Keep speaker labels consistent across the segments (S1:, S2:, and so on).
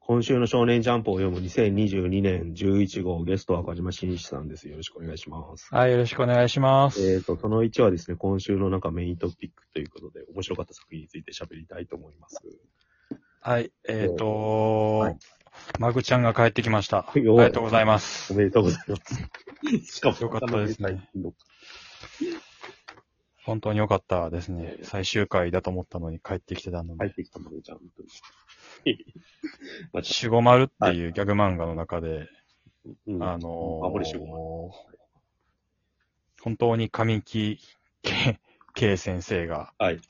S1: 今週の少年ジャンプを読む2022年11号ゲストは岡島真一さんです。よろしくお願いします。
S2: はい、よろしくお願いします。
S1: えっ、と、その1はですね、今週のなんかメイントピックということで、面白かった作品について喋りたいと思います。
S2: はい、えっ、と
S1: はい
S2: マグちゃんが帰ってきました。あ
S1: い
S2: りがとうございます
S1: お。めでとうござい ます。しかも、
S2: よかったですね。本当に良かったですね。最終回だと思ったのに帰ってきてたので。
S1: 入ってきたので、ちゃんと。まあ、
S2: シゴマルっていうギャグ漫画の中で、
S1: うん
S2: あのー
S1: あ、俺しご
S2: 本当に神木圭 圭先生が
S1: ま。はい。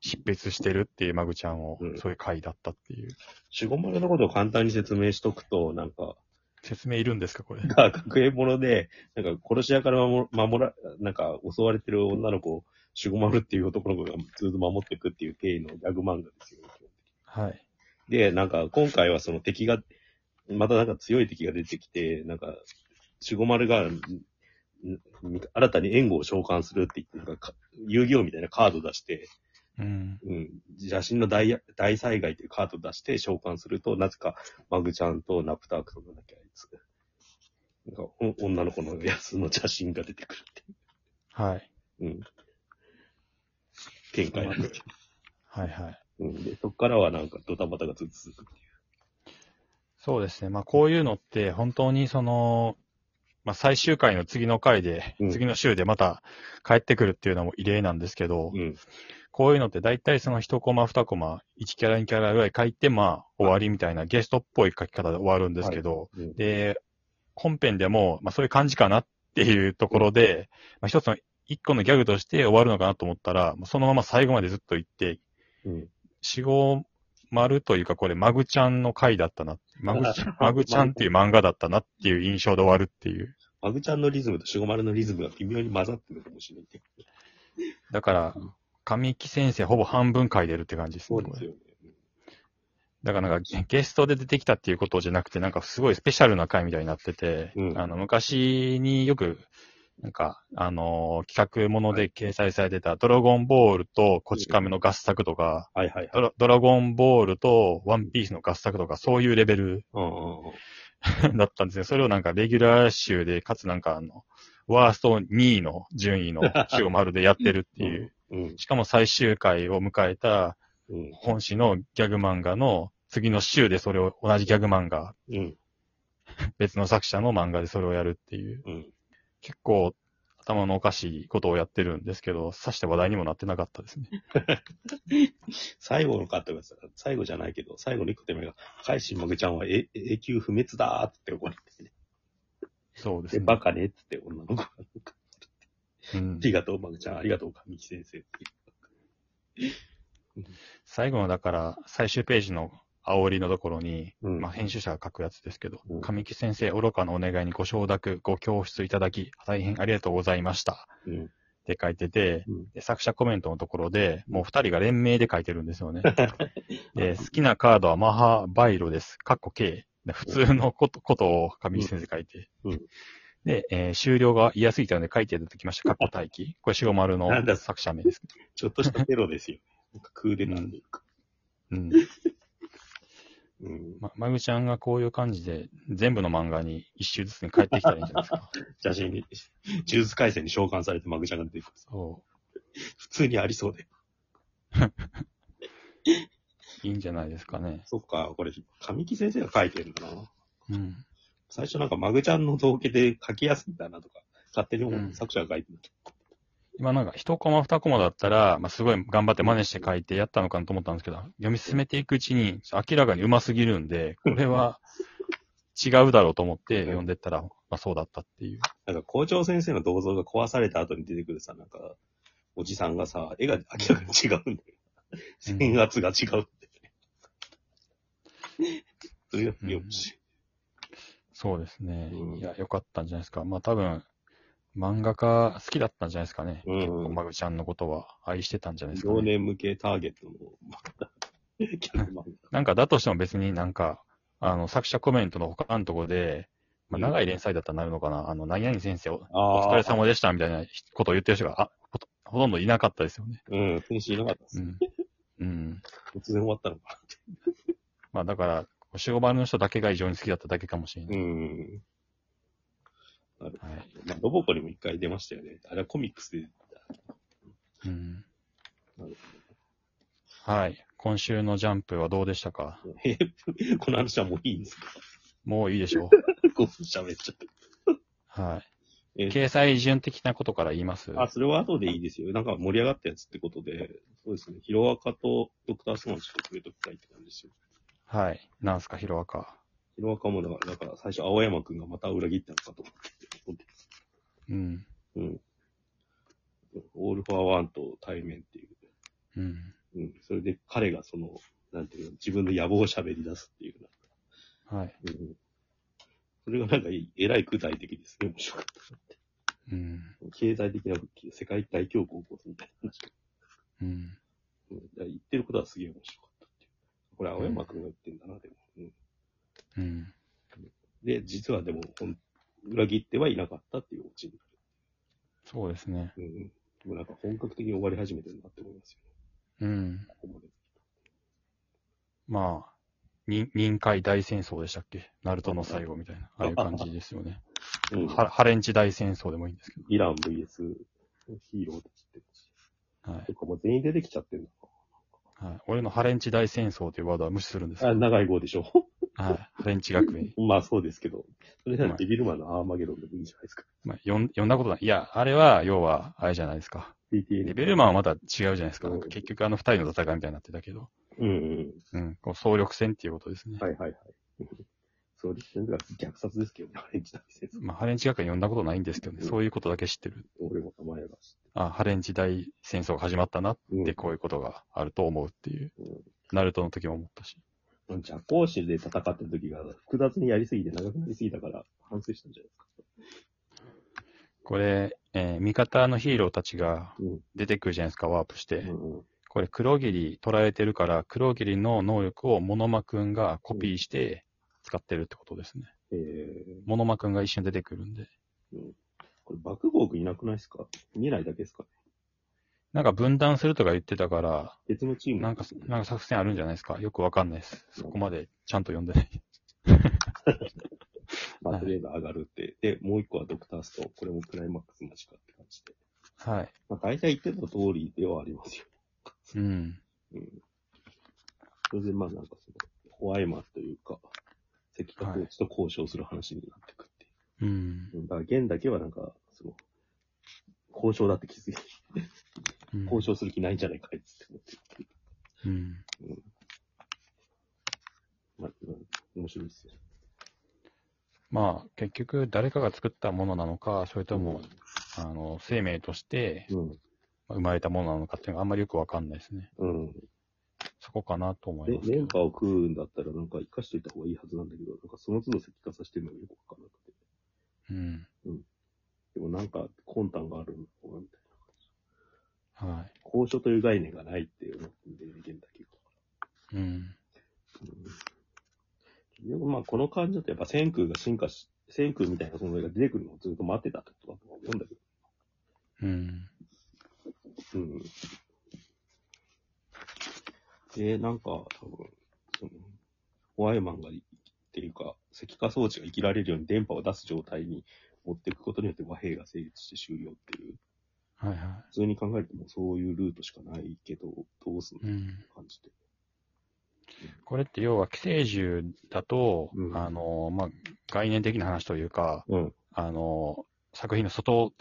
S2: 執筆してるっていうマグちゃんを
S1: う、ん
S2: そういう回だったっていう。
S1: しごまるのことを簡単に説明しとくと、なんか、
S2: 説明いるんですか、これ。
S1: が学園もので、なんか殺し屋から守守ら、なんか襲われてる女の子を、シュゴマルっていう男の子がずっと守っていくっていう経緯のギャグ漫画ですよ。
S2: はい。
S1: で、なんか今回はその敵が、またなんか強い敵が出てきて、なんか、シュゴマルが、んん新たに援護を召喚するって言って、なんかか遊戯王みたいなカード出して、
S2: うん。
S1: うん、写真の大や大災害というカードを出して召喚すると、なぜかマグちゃんとナプタークとなんだっけ、あいつ。なんかお女の子のやつの写真が出てくる
S2: はい。
S1: っていう展開なんですけ
S2: はいはい。
S1: ど、うん、でそこからはなんかドタバタがずっと続くってい
S2: そうですね。まあ、こういうのって、本当にその、まあ、最終回の次の回で、
S1: うん
S2: 次の週でまた帰ってくるっていうのも異例なんですけど、
S1: う。うん、
S2: こういうのって大体その1コマ、2コマ、1キャラ、2キャラぐらい書いて、まあ、終わりみたいなゲストっぽい書き方で終わるんですけど、
S1: うん
S2: で、本編でも、まあ、そういう感じかなっていうところで、まあ、一つの、一個のギャグとして終わるのかなと思ったら、まあそのまま最後までずっと行って、
S1: うん、
S2: 四五丸というか、これ、マグちゃんの回だったな。マ グちゃん、マグちゃんっていう漫画だったなっていう印象で終わるっていう。
S1: マグちゃんのリズムとシュゴマルのリズムが微妙に混ざってるかもしれないけど。
S2: だから、神木先生ほぼ半分書いてるって感じです
S1: そ
S2: ね。
S1: うです
S2: これ
S1: よね。
S2: だからなんかゲストで出てきたっていうことじゃなくて、なんかすごいスペシャルな回みたいになってて、
S1: うん
S2: あの昔によく、なんか、あのー企画もので掲載されてた、ドラゴンボールとコチカメの合作とか、
S1: はいはいはい。
S2: ドラドラゴンボールとワンピースの合作とか、そういうレベル
S1: うんうんうん
S2: だったんですね。それをなんかレギュラー集で、かつなんかあの、ワースト2位の順位の週を丸でやってるっ ていう。
S1: うん
S2: しかも最終回を迎えた
S1: うん
S2: 本誌のギャグ漫画の次の週でそれを同じギャグ漫画、
S1: うん
S2: 別の作者の漫画でそれをやるっていう。
S1: うん
S2: 結構頭のおかしいことをやってるんですけど、さして話題にもなってなかったですね。
S1: 最後のカットがさ、最後じゃないけど、最後の一個手前が、海心マグちゃんはえ永久不滅だーっつって怒られて、
S2: そうです
S1: で、
S2: ね。
S1: バカねっつって女の子が、あ
S2: うん
S1: りがとう、マグちゃん、ありがとう、神木先生。
S2: 最後のだから、最終ページの煽りのところに、
S1: うん
S2: まあ、編集者が書くやつですけど、
S1: うん
S2: 神木先生、愚かなお願いにご承諾、ご教出いただき、大変ありがとうございました。
S1: うん。
S2: って書いてて、
S1: うん
S2: で作者コメントのところで、もう二人が連名で書いてるんで すよね。で好きなカードはマハバイロです。カッコ K。で普通のことことを神木先生書いて。
S1: うんうん
S2: で、えー終了が嫌すぎたので書いていただきました。カッコ待機。これ、白丸の
S1: なんだ
S2: 作者名ですけど。
S1: ちょっとしたテロですよ。 なんかクーデターでいく。
S2: うん
S1: うん。
S2: ま、まぐちゃんがこういう感じで、全部の漫画に一周ずつに帰ってきたらいいんじゃないですか。
S1: 写真に、ジュース回線に召喚されてマグちゃんが出てくる。
S2: そ
S1: 普通にありそうで。
S2: う。いいんじゃないですかね。
S1: そっか、これ、神木先生が書いてるんだな。
S2: うん。
S1: 最初なんかマグちゃんの造形で書きやすいんだなとか、勝手に思う
S2: うん
S1: 作者が書いてる。
S2: 今なんか一コマ二コマだったら、まあ、すごい頑張って真似して書いてやったのかなと思ったんですけど、読み進めていくうちに、明らかに上手すぎるんで、これは違うだろうと思って読んでったら、まあそうだったっていう。
S1: なんか校長先生の銅像が壊された後に出てくるさ、なんか、おじさんがさ、絵が明らかに違うんだよ。
S2: うん
S1: 線圧が違うんだよね。それが不良し。
S2: そうですね。
S1: うん
S2: いや、良かったんじゃないですか。まあ多分、漫画家好きだったんじゃないですかね。
S1: うん
S2: 結構、まぐちゃんのことは愛してたんじゃないですか、
S1: 幼
S2: ね。
S1: 年向けターゲットの、また、キャラ漫
S2: なんかだとしても別になんか、あの、作者コメントの他のとこで、まあ、長い連載だったらなるのかな。あの、何々先生を、
S1: 画。あ
S2: お疲れ
S1: 様。
S2: 様でしたみたいなことを言ってる人が、あほとほとんどいなかったですよね。
S1: うん、選手いなかったです
S2: う。ん。うん。
S1: 突然終わったのか。
S2: まあだから、 4、5番の人だけが異常に好きだっただけかもしれ
S1: う
S2: ない。
S1: ん。なる
S2: はい
S1: まあロボコにも一回出ましたよね。あれはコミックスで。
S2: うん
S1: なる
S2: はい。今週のジャンプはどうでしたか
S1: えこの話はもういいんですか
S2: もういいでしょう。
S1: ?5 分喋っちゃった。
S2: は
S1: え
S2: い。掲載順的なことから言います
S1: あ、それは後でいいですよ。なんか盛り上がったやつってことで、そうですね。ヒロアカとドクタースワンちょっと触れときたいって感じですよ。
S2: はい。なんすか、ヒロアカ。
S1: ヒロアカもだから、だから最初青山くんがまた裏切ったのかと思って。
S2: うん。
S1: うん。オールフォアワンと対面っていう。
S2: うん。
S1: うん。それで彼がその、なんていうの、自分の野望を喋り出すっていうよ
S2: はい。
S1: うな。うん。それがなんかいえらい具体的ですね。面白かった。
S2: うん。
S1: 経済的な復帰、世界大恐慌を起こすみたいな話。
S2: うん。
S1: うん。だから言ってることはすげえ面白かったっていう。これ青山くんが言ってんだな、でも。うん。
S2: うん。
S1: で、実はでも、ほん裏切ってはいなかったっていうオチに
S2: そうですね。
S1: なる。うん。でもなんか本格的に終わり始めてるなって思いますよね。
S2: うん。
S1: ここまで。
S2: まあ、に臨海大戦争でしたっけナルトの最後みたいな。ああいう感じですよね。
S1: うん。
S2: ハハレンチ大戦争でもいいんですけ
S1: イラン VS ヒーローたちって。
S2: ど。はい
S1: と。かもう全員出てきちゃってる
S2: はい、俺のハレンチ大戦争というワードは無視するんですけ
S1: のあ、
S2: ど。
S1: 長い号でしょ
S2: はい。ハレンチ学園。
S1: まあそうですけど。それならデビルマンのアーマゲドンでもいいじゃないですか。
S2: まあ、読ん読んだことない。いや、あれは、要は、あれじゃないですか。
S1: PTA
S2: レベルマンはまた違うじゃないですか。なんか結局あの二人の戦いみたいになってたけど。
S1: うんうん。
S2: うん。こう総力戦っていうことですね。
S1: はいはいはい。 そうですね。だから虐殺ですけどね、アレンジ大戦争。
S2: まあ、ハレンチ学園読んだことないんですけどね。そういうことだけ知ってる。
S1: 俺も名前が知って
S2: あ、ハレンチ大戦争が始まったなっ
S1: る。うん
S2: て、こういうことがあると思うっていう
S1: うん。
S2: ナルトの時も思ったし。
S1: 邪行士で戦ってる時が複雑にやりすぎて長くなりすぎたから反省したんじゃないですか。
S2: これ、えー味方のヒーローたちが
S1: うん
S2: 出てくるじゃないですか、ワープして。
S1: うんうん
S2: これ、黒霧取られてるから、黒霧の能力をモノマくんがコピーして使ってるってことですね。
S1: えー、
S2: モノマくんが一瞬出てくるんで。
S1: これ、爆豪君いなくないですか見えないだけですかね
S2: なんか分断するとか言ってたから、
S1: 別のチーム。
S2: なんか、なんか作戦あるんじゃないですかよくわかんないです。そこまでちゃんと読んで ない。
S1: まあ、とりあえず上がるって。で、もう一個はドクターストーン。これもクライマックス間近って感じで。
S2: はい。
S1: まあ、大体言ってた通りではありますよ。
S2: うん。
S1: うん。それで、まあ、なんかその、ホワイマスというか、赤化コーチと交渉する話になってくっていう
S2: うん。
S1: うん。だから、現だけはなんか、その、交渉だって気づいて、
S2: うん
S1: 交渉する気ないんじゃないかいっつって思ってる。
S2: うん。
S1: まあ、うん面白いですよ。
S2: まあ、結局、誰かが作ったものなのか、それとも、あの、生命として
S1: うん。
S2: 生まれたものなのかっていうのがあんまりよくわかんないですね。
S1: うん。
S2: そこかなと思い
S1: で
S2: ますけど。
S1: 連覇を食うんだったら、なんか生かしといた方がいいはずなんだけど、なんかその都度石化させてるのがよくわからなくて。
S2: うん。
S1: でもなんか魂胆があるのかなみたいな。
S2: は
S1: 交渉という概念がないっていうので、現代結
S2: い。うん。
S1: 構。でもまあこの感じだとやっぱ千空が進化し、千空みたいな存在が出てくるのをずっと待ってたってことだと思うんだけど。
S2: うん。
S1: うん。で、なんか多分、その、ホワイマンがい、っていうか、石化装置が生きられるように電波を出す状態に持っていくことによって和平が成立して終了っていう、
S2: はいは
S1: 普通に考えるともうそういうルートしかないけど、どうすん
S2: い。う
S1: のって
S2: ん。
S1: 感じで。
S2: これって要は寄生獣だと、
S1: うん
S2: あの、まあ、概念的な話というか、
S1: うん。
S2: あの、作品の外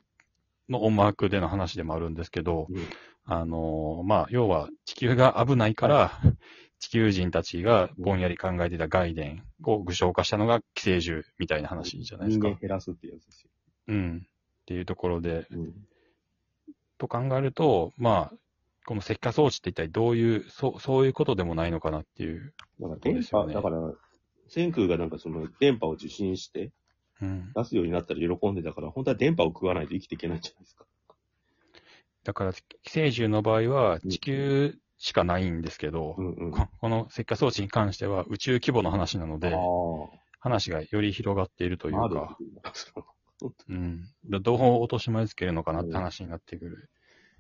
S2: の音幕での話でもあるんですけど、
S1: うん
S2: あの、まあ、要は地球が危ないから、地球人たちがぼんやり考えてた概念を具象化したのが寄生獣みたいな話じゃないです
S1: 人
S2: か
S1: 間。減らすってやつですよ。
S2: うん。っていうところで、
S1: うん。
S2: と考えると、まあ、この石化装置って一体どういう、そう、そういうことでもないのかなっていう。
S1: だから
S2: そう
S1: 電
S2: ですよ
S1: 波、
S2: ね
S1: だから、千空がなんかその電波を受信して
S2: うん。
S1: 出すようになったら喜んでたから、本当は電波を食わないと生きていけないじゃないですか。
S2: だから、寄生獣の場合は地球しかないんですけど、
S1: うんうん。あ
S2: ここの石化装置に関しては宇宙規模の話なので、話がより広がっていると
S1: あ。
S2: いう
S1: まあ、
S2: か、
S1: 規
S2: うん。だどう落とし前つけるのかなって話になってくる。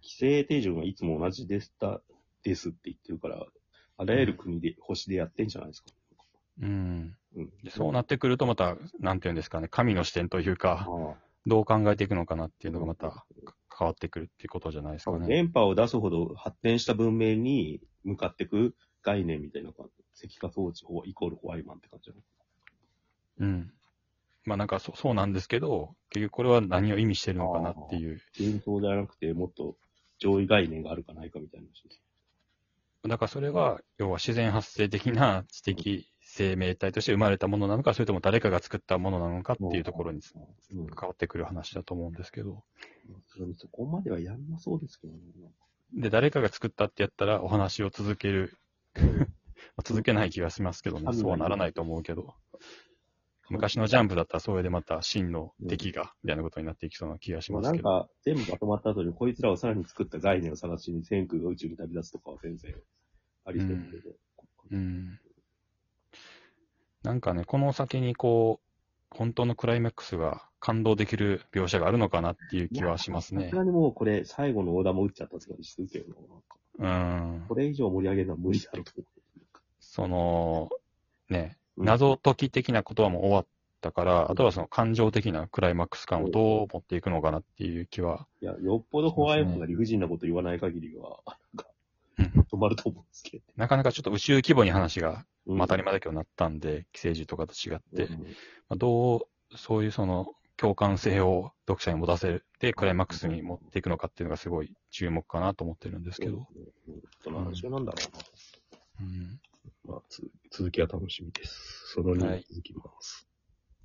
S1: 制定順はいつも同じでした、ですって言ってるから、あらゆる国で、星でやってんじゃないですか。
S2: うん。
S1: うん
S2: でそうなってくるとまた、なんていうんですかね、神の視点という
S1: あ
S2: か、
S1: あ
S2: どう考えていくのかなっていうのがまた変わってくるっていうことじゃないですかね。
S1: 電波を出すほど発展した文明に向かっていく概念みたいな感じ。石化装置法イコールホワイマンって感じなの
S2: うん。まあなんかそそうなんですけど、結局これは何を意味してるのかなっていう。
S1: 幻想じゃなくて、もっと上位概念があるかないかみたいな話。
S2: だからそれは、要は自然発生的な知的生命体として生まれたものなのか、それとも誰かが作ったものなのかっていうところに
S1: うん。
S2: 関わってくる話だと思うんですけど。
S1: それにそこまではやんなそうですけどね。
S2: で、誰かが作ったってやったらお話を続ける。 まあ続けない気がしますけどね。
S1: 神が
S2: そうはならないと思うけど。昔のジャンプだったらそれでまた真の敵が、みたいなことになっていきそうな気がし
S1: まあ
S2: ま
S1: な
S2: す
S1: ん
S2: けど。
S1: か、全部まとまった後に、こいつらをさらに作った概念を探しに、天空が宇宙に旅立つとかは全然ありそうだけど。
S2: うん。なんかね、この先にこう、本当のクライマックスが感動できる描写があるのかなっていう気はします
S1: さ
S2: ね
S1: す。がにもうこれ、最後のオーダーも打っちゃったって感じするけどな、なんか
S2: うん
S1: こ。れ以上盛り上げるのは無理だろうと思
S2: その、ね、
S1: うん
S2: 謎解き的なことはもう終わったから、あとはその感情的なクライマックス感をどう持っていくのかなっていう気は、
S1: う。いや、よっぽどホワイトが理不尽なこと言わない限りは、なん
S2: う
S1: か、止まると思うんですけど。
S2: なかなかちょっと宇宙規模に話が
S1: うん
S2: またりまだけになったんで、寄生獣とかと違って、
S1: うん
S2: まあ、どう、そういうその共感性を読者に持たせて、クライマックスに持っていくのかっていうのがすごい注目かなと思ってるんですけど。。
S1: うんその話はなんだろ
S2: うん
S1: うな。まあ、つ続きは楽しみです。その2
S2: はい
S1: 続きます。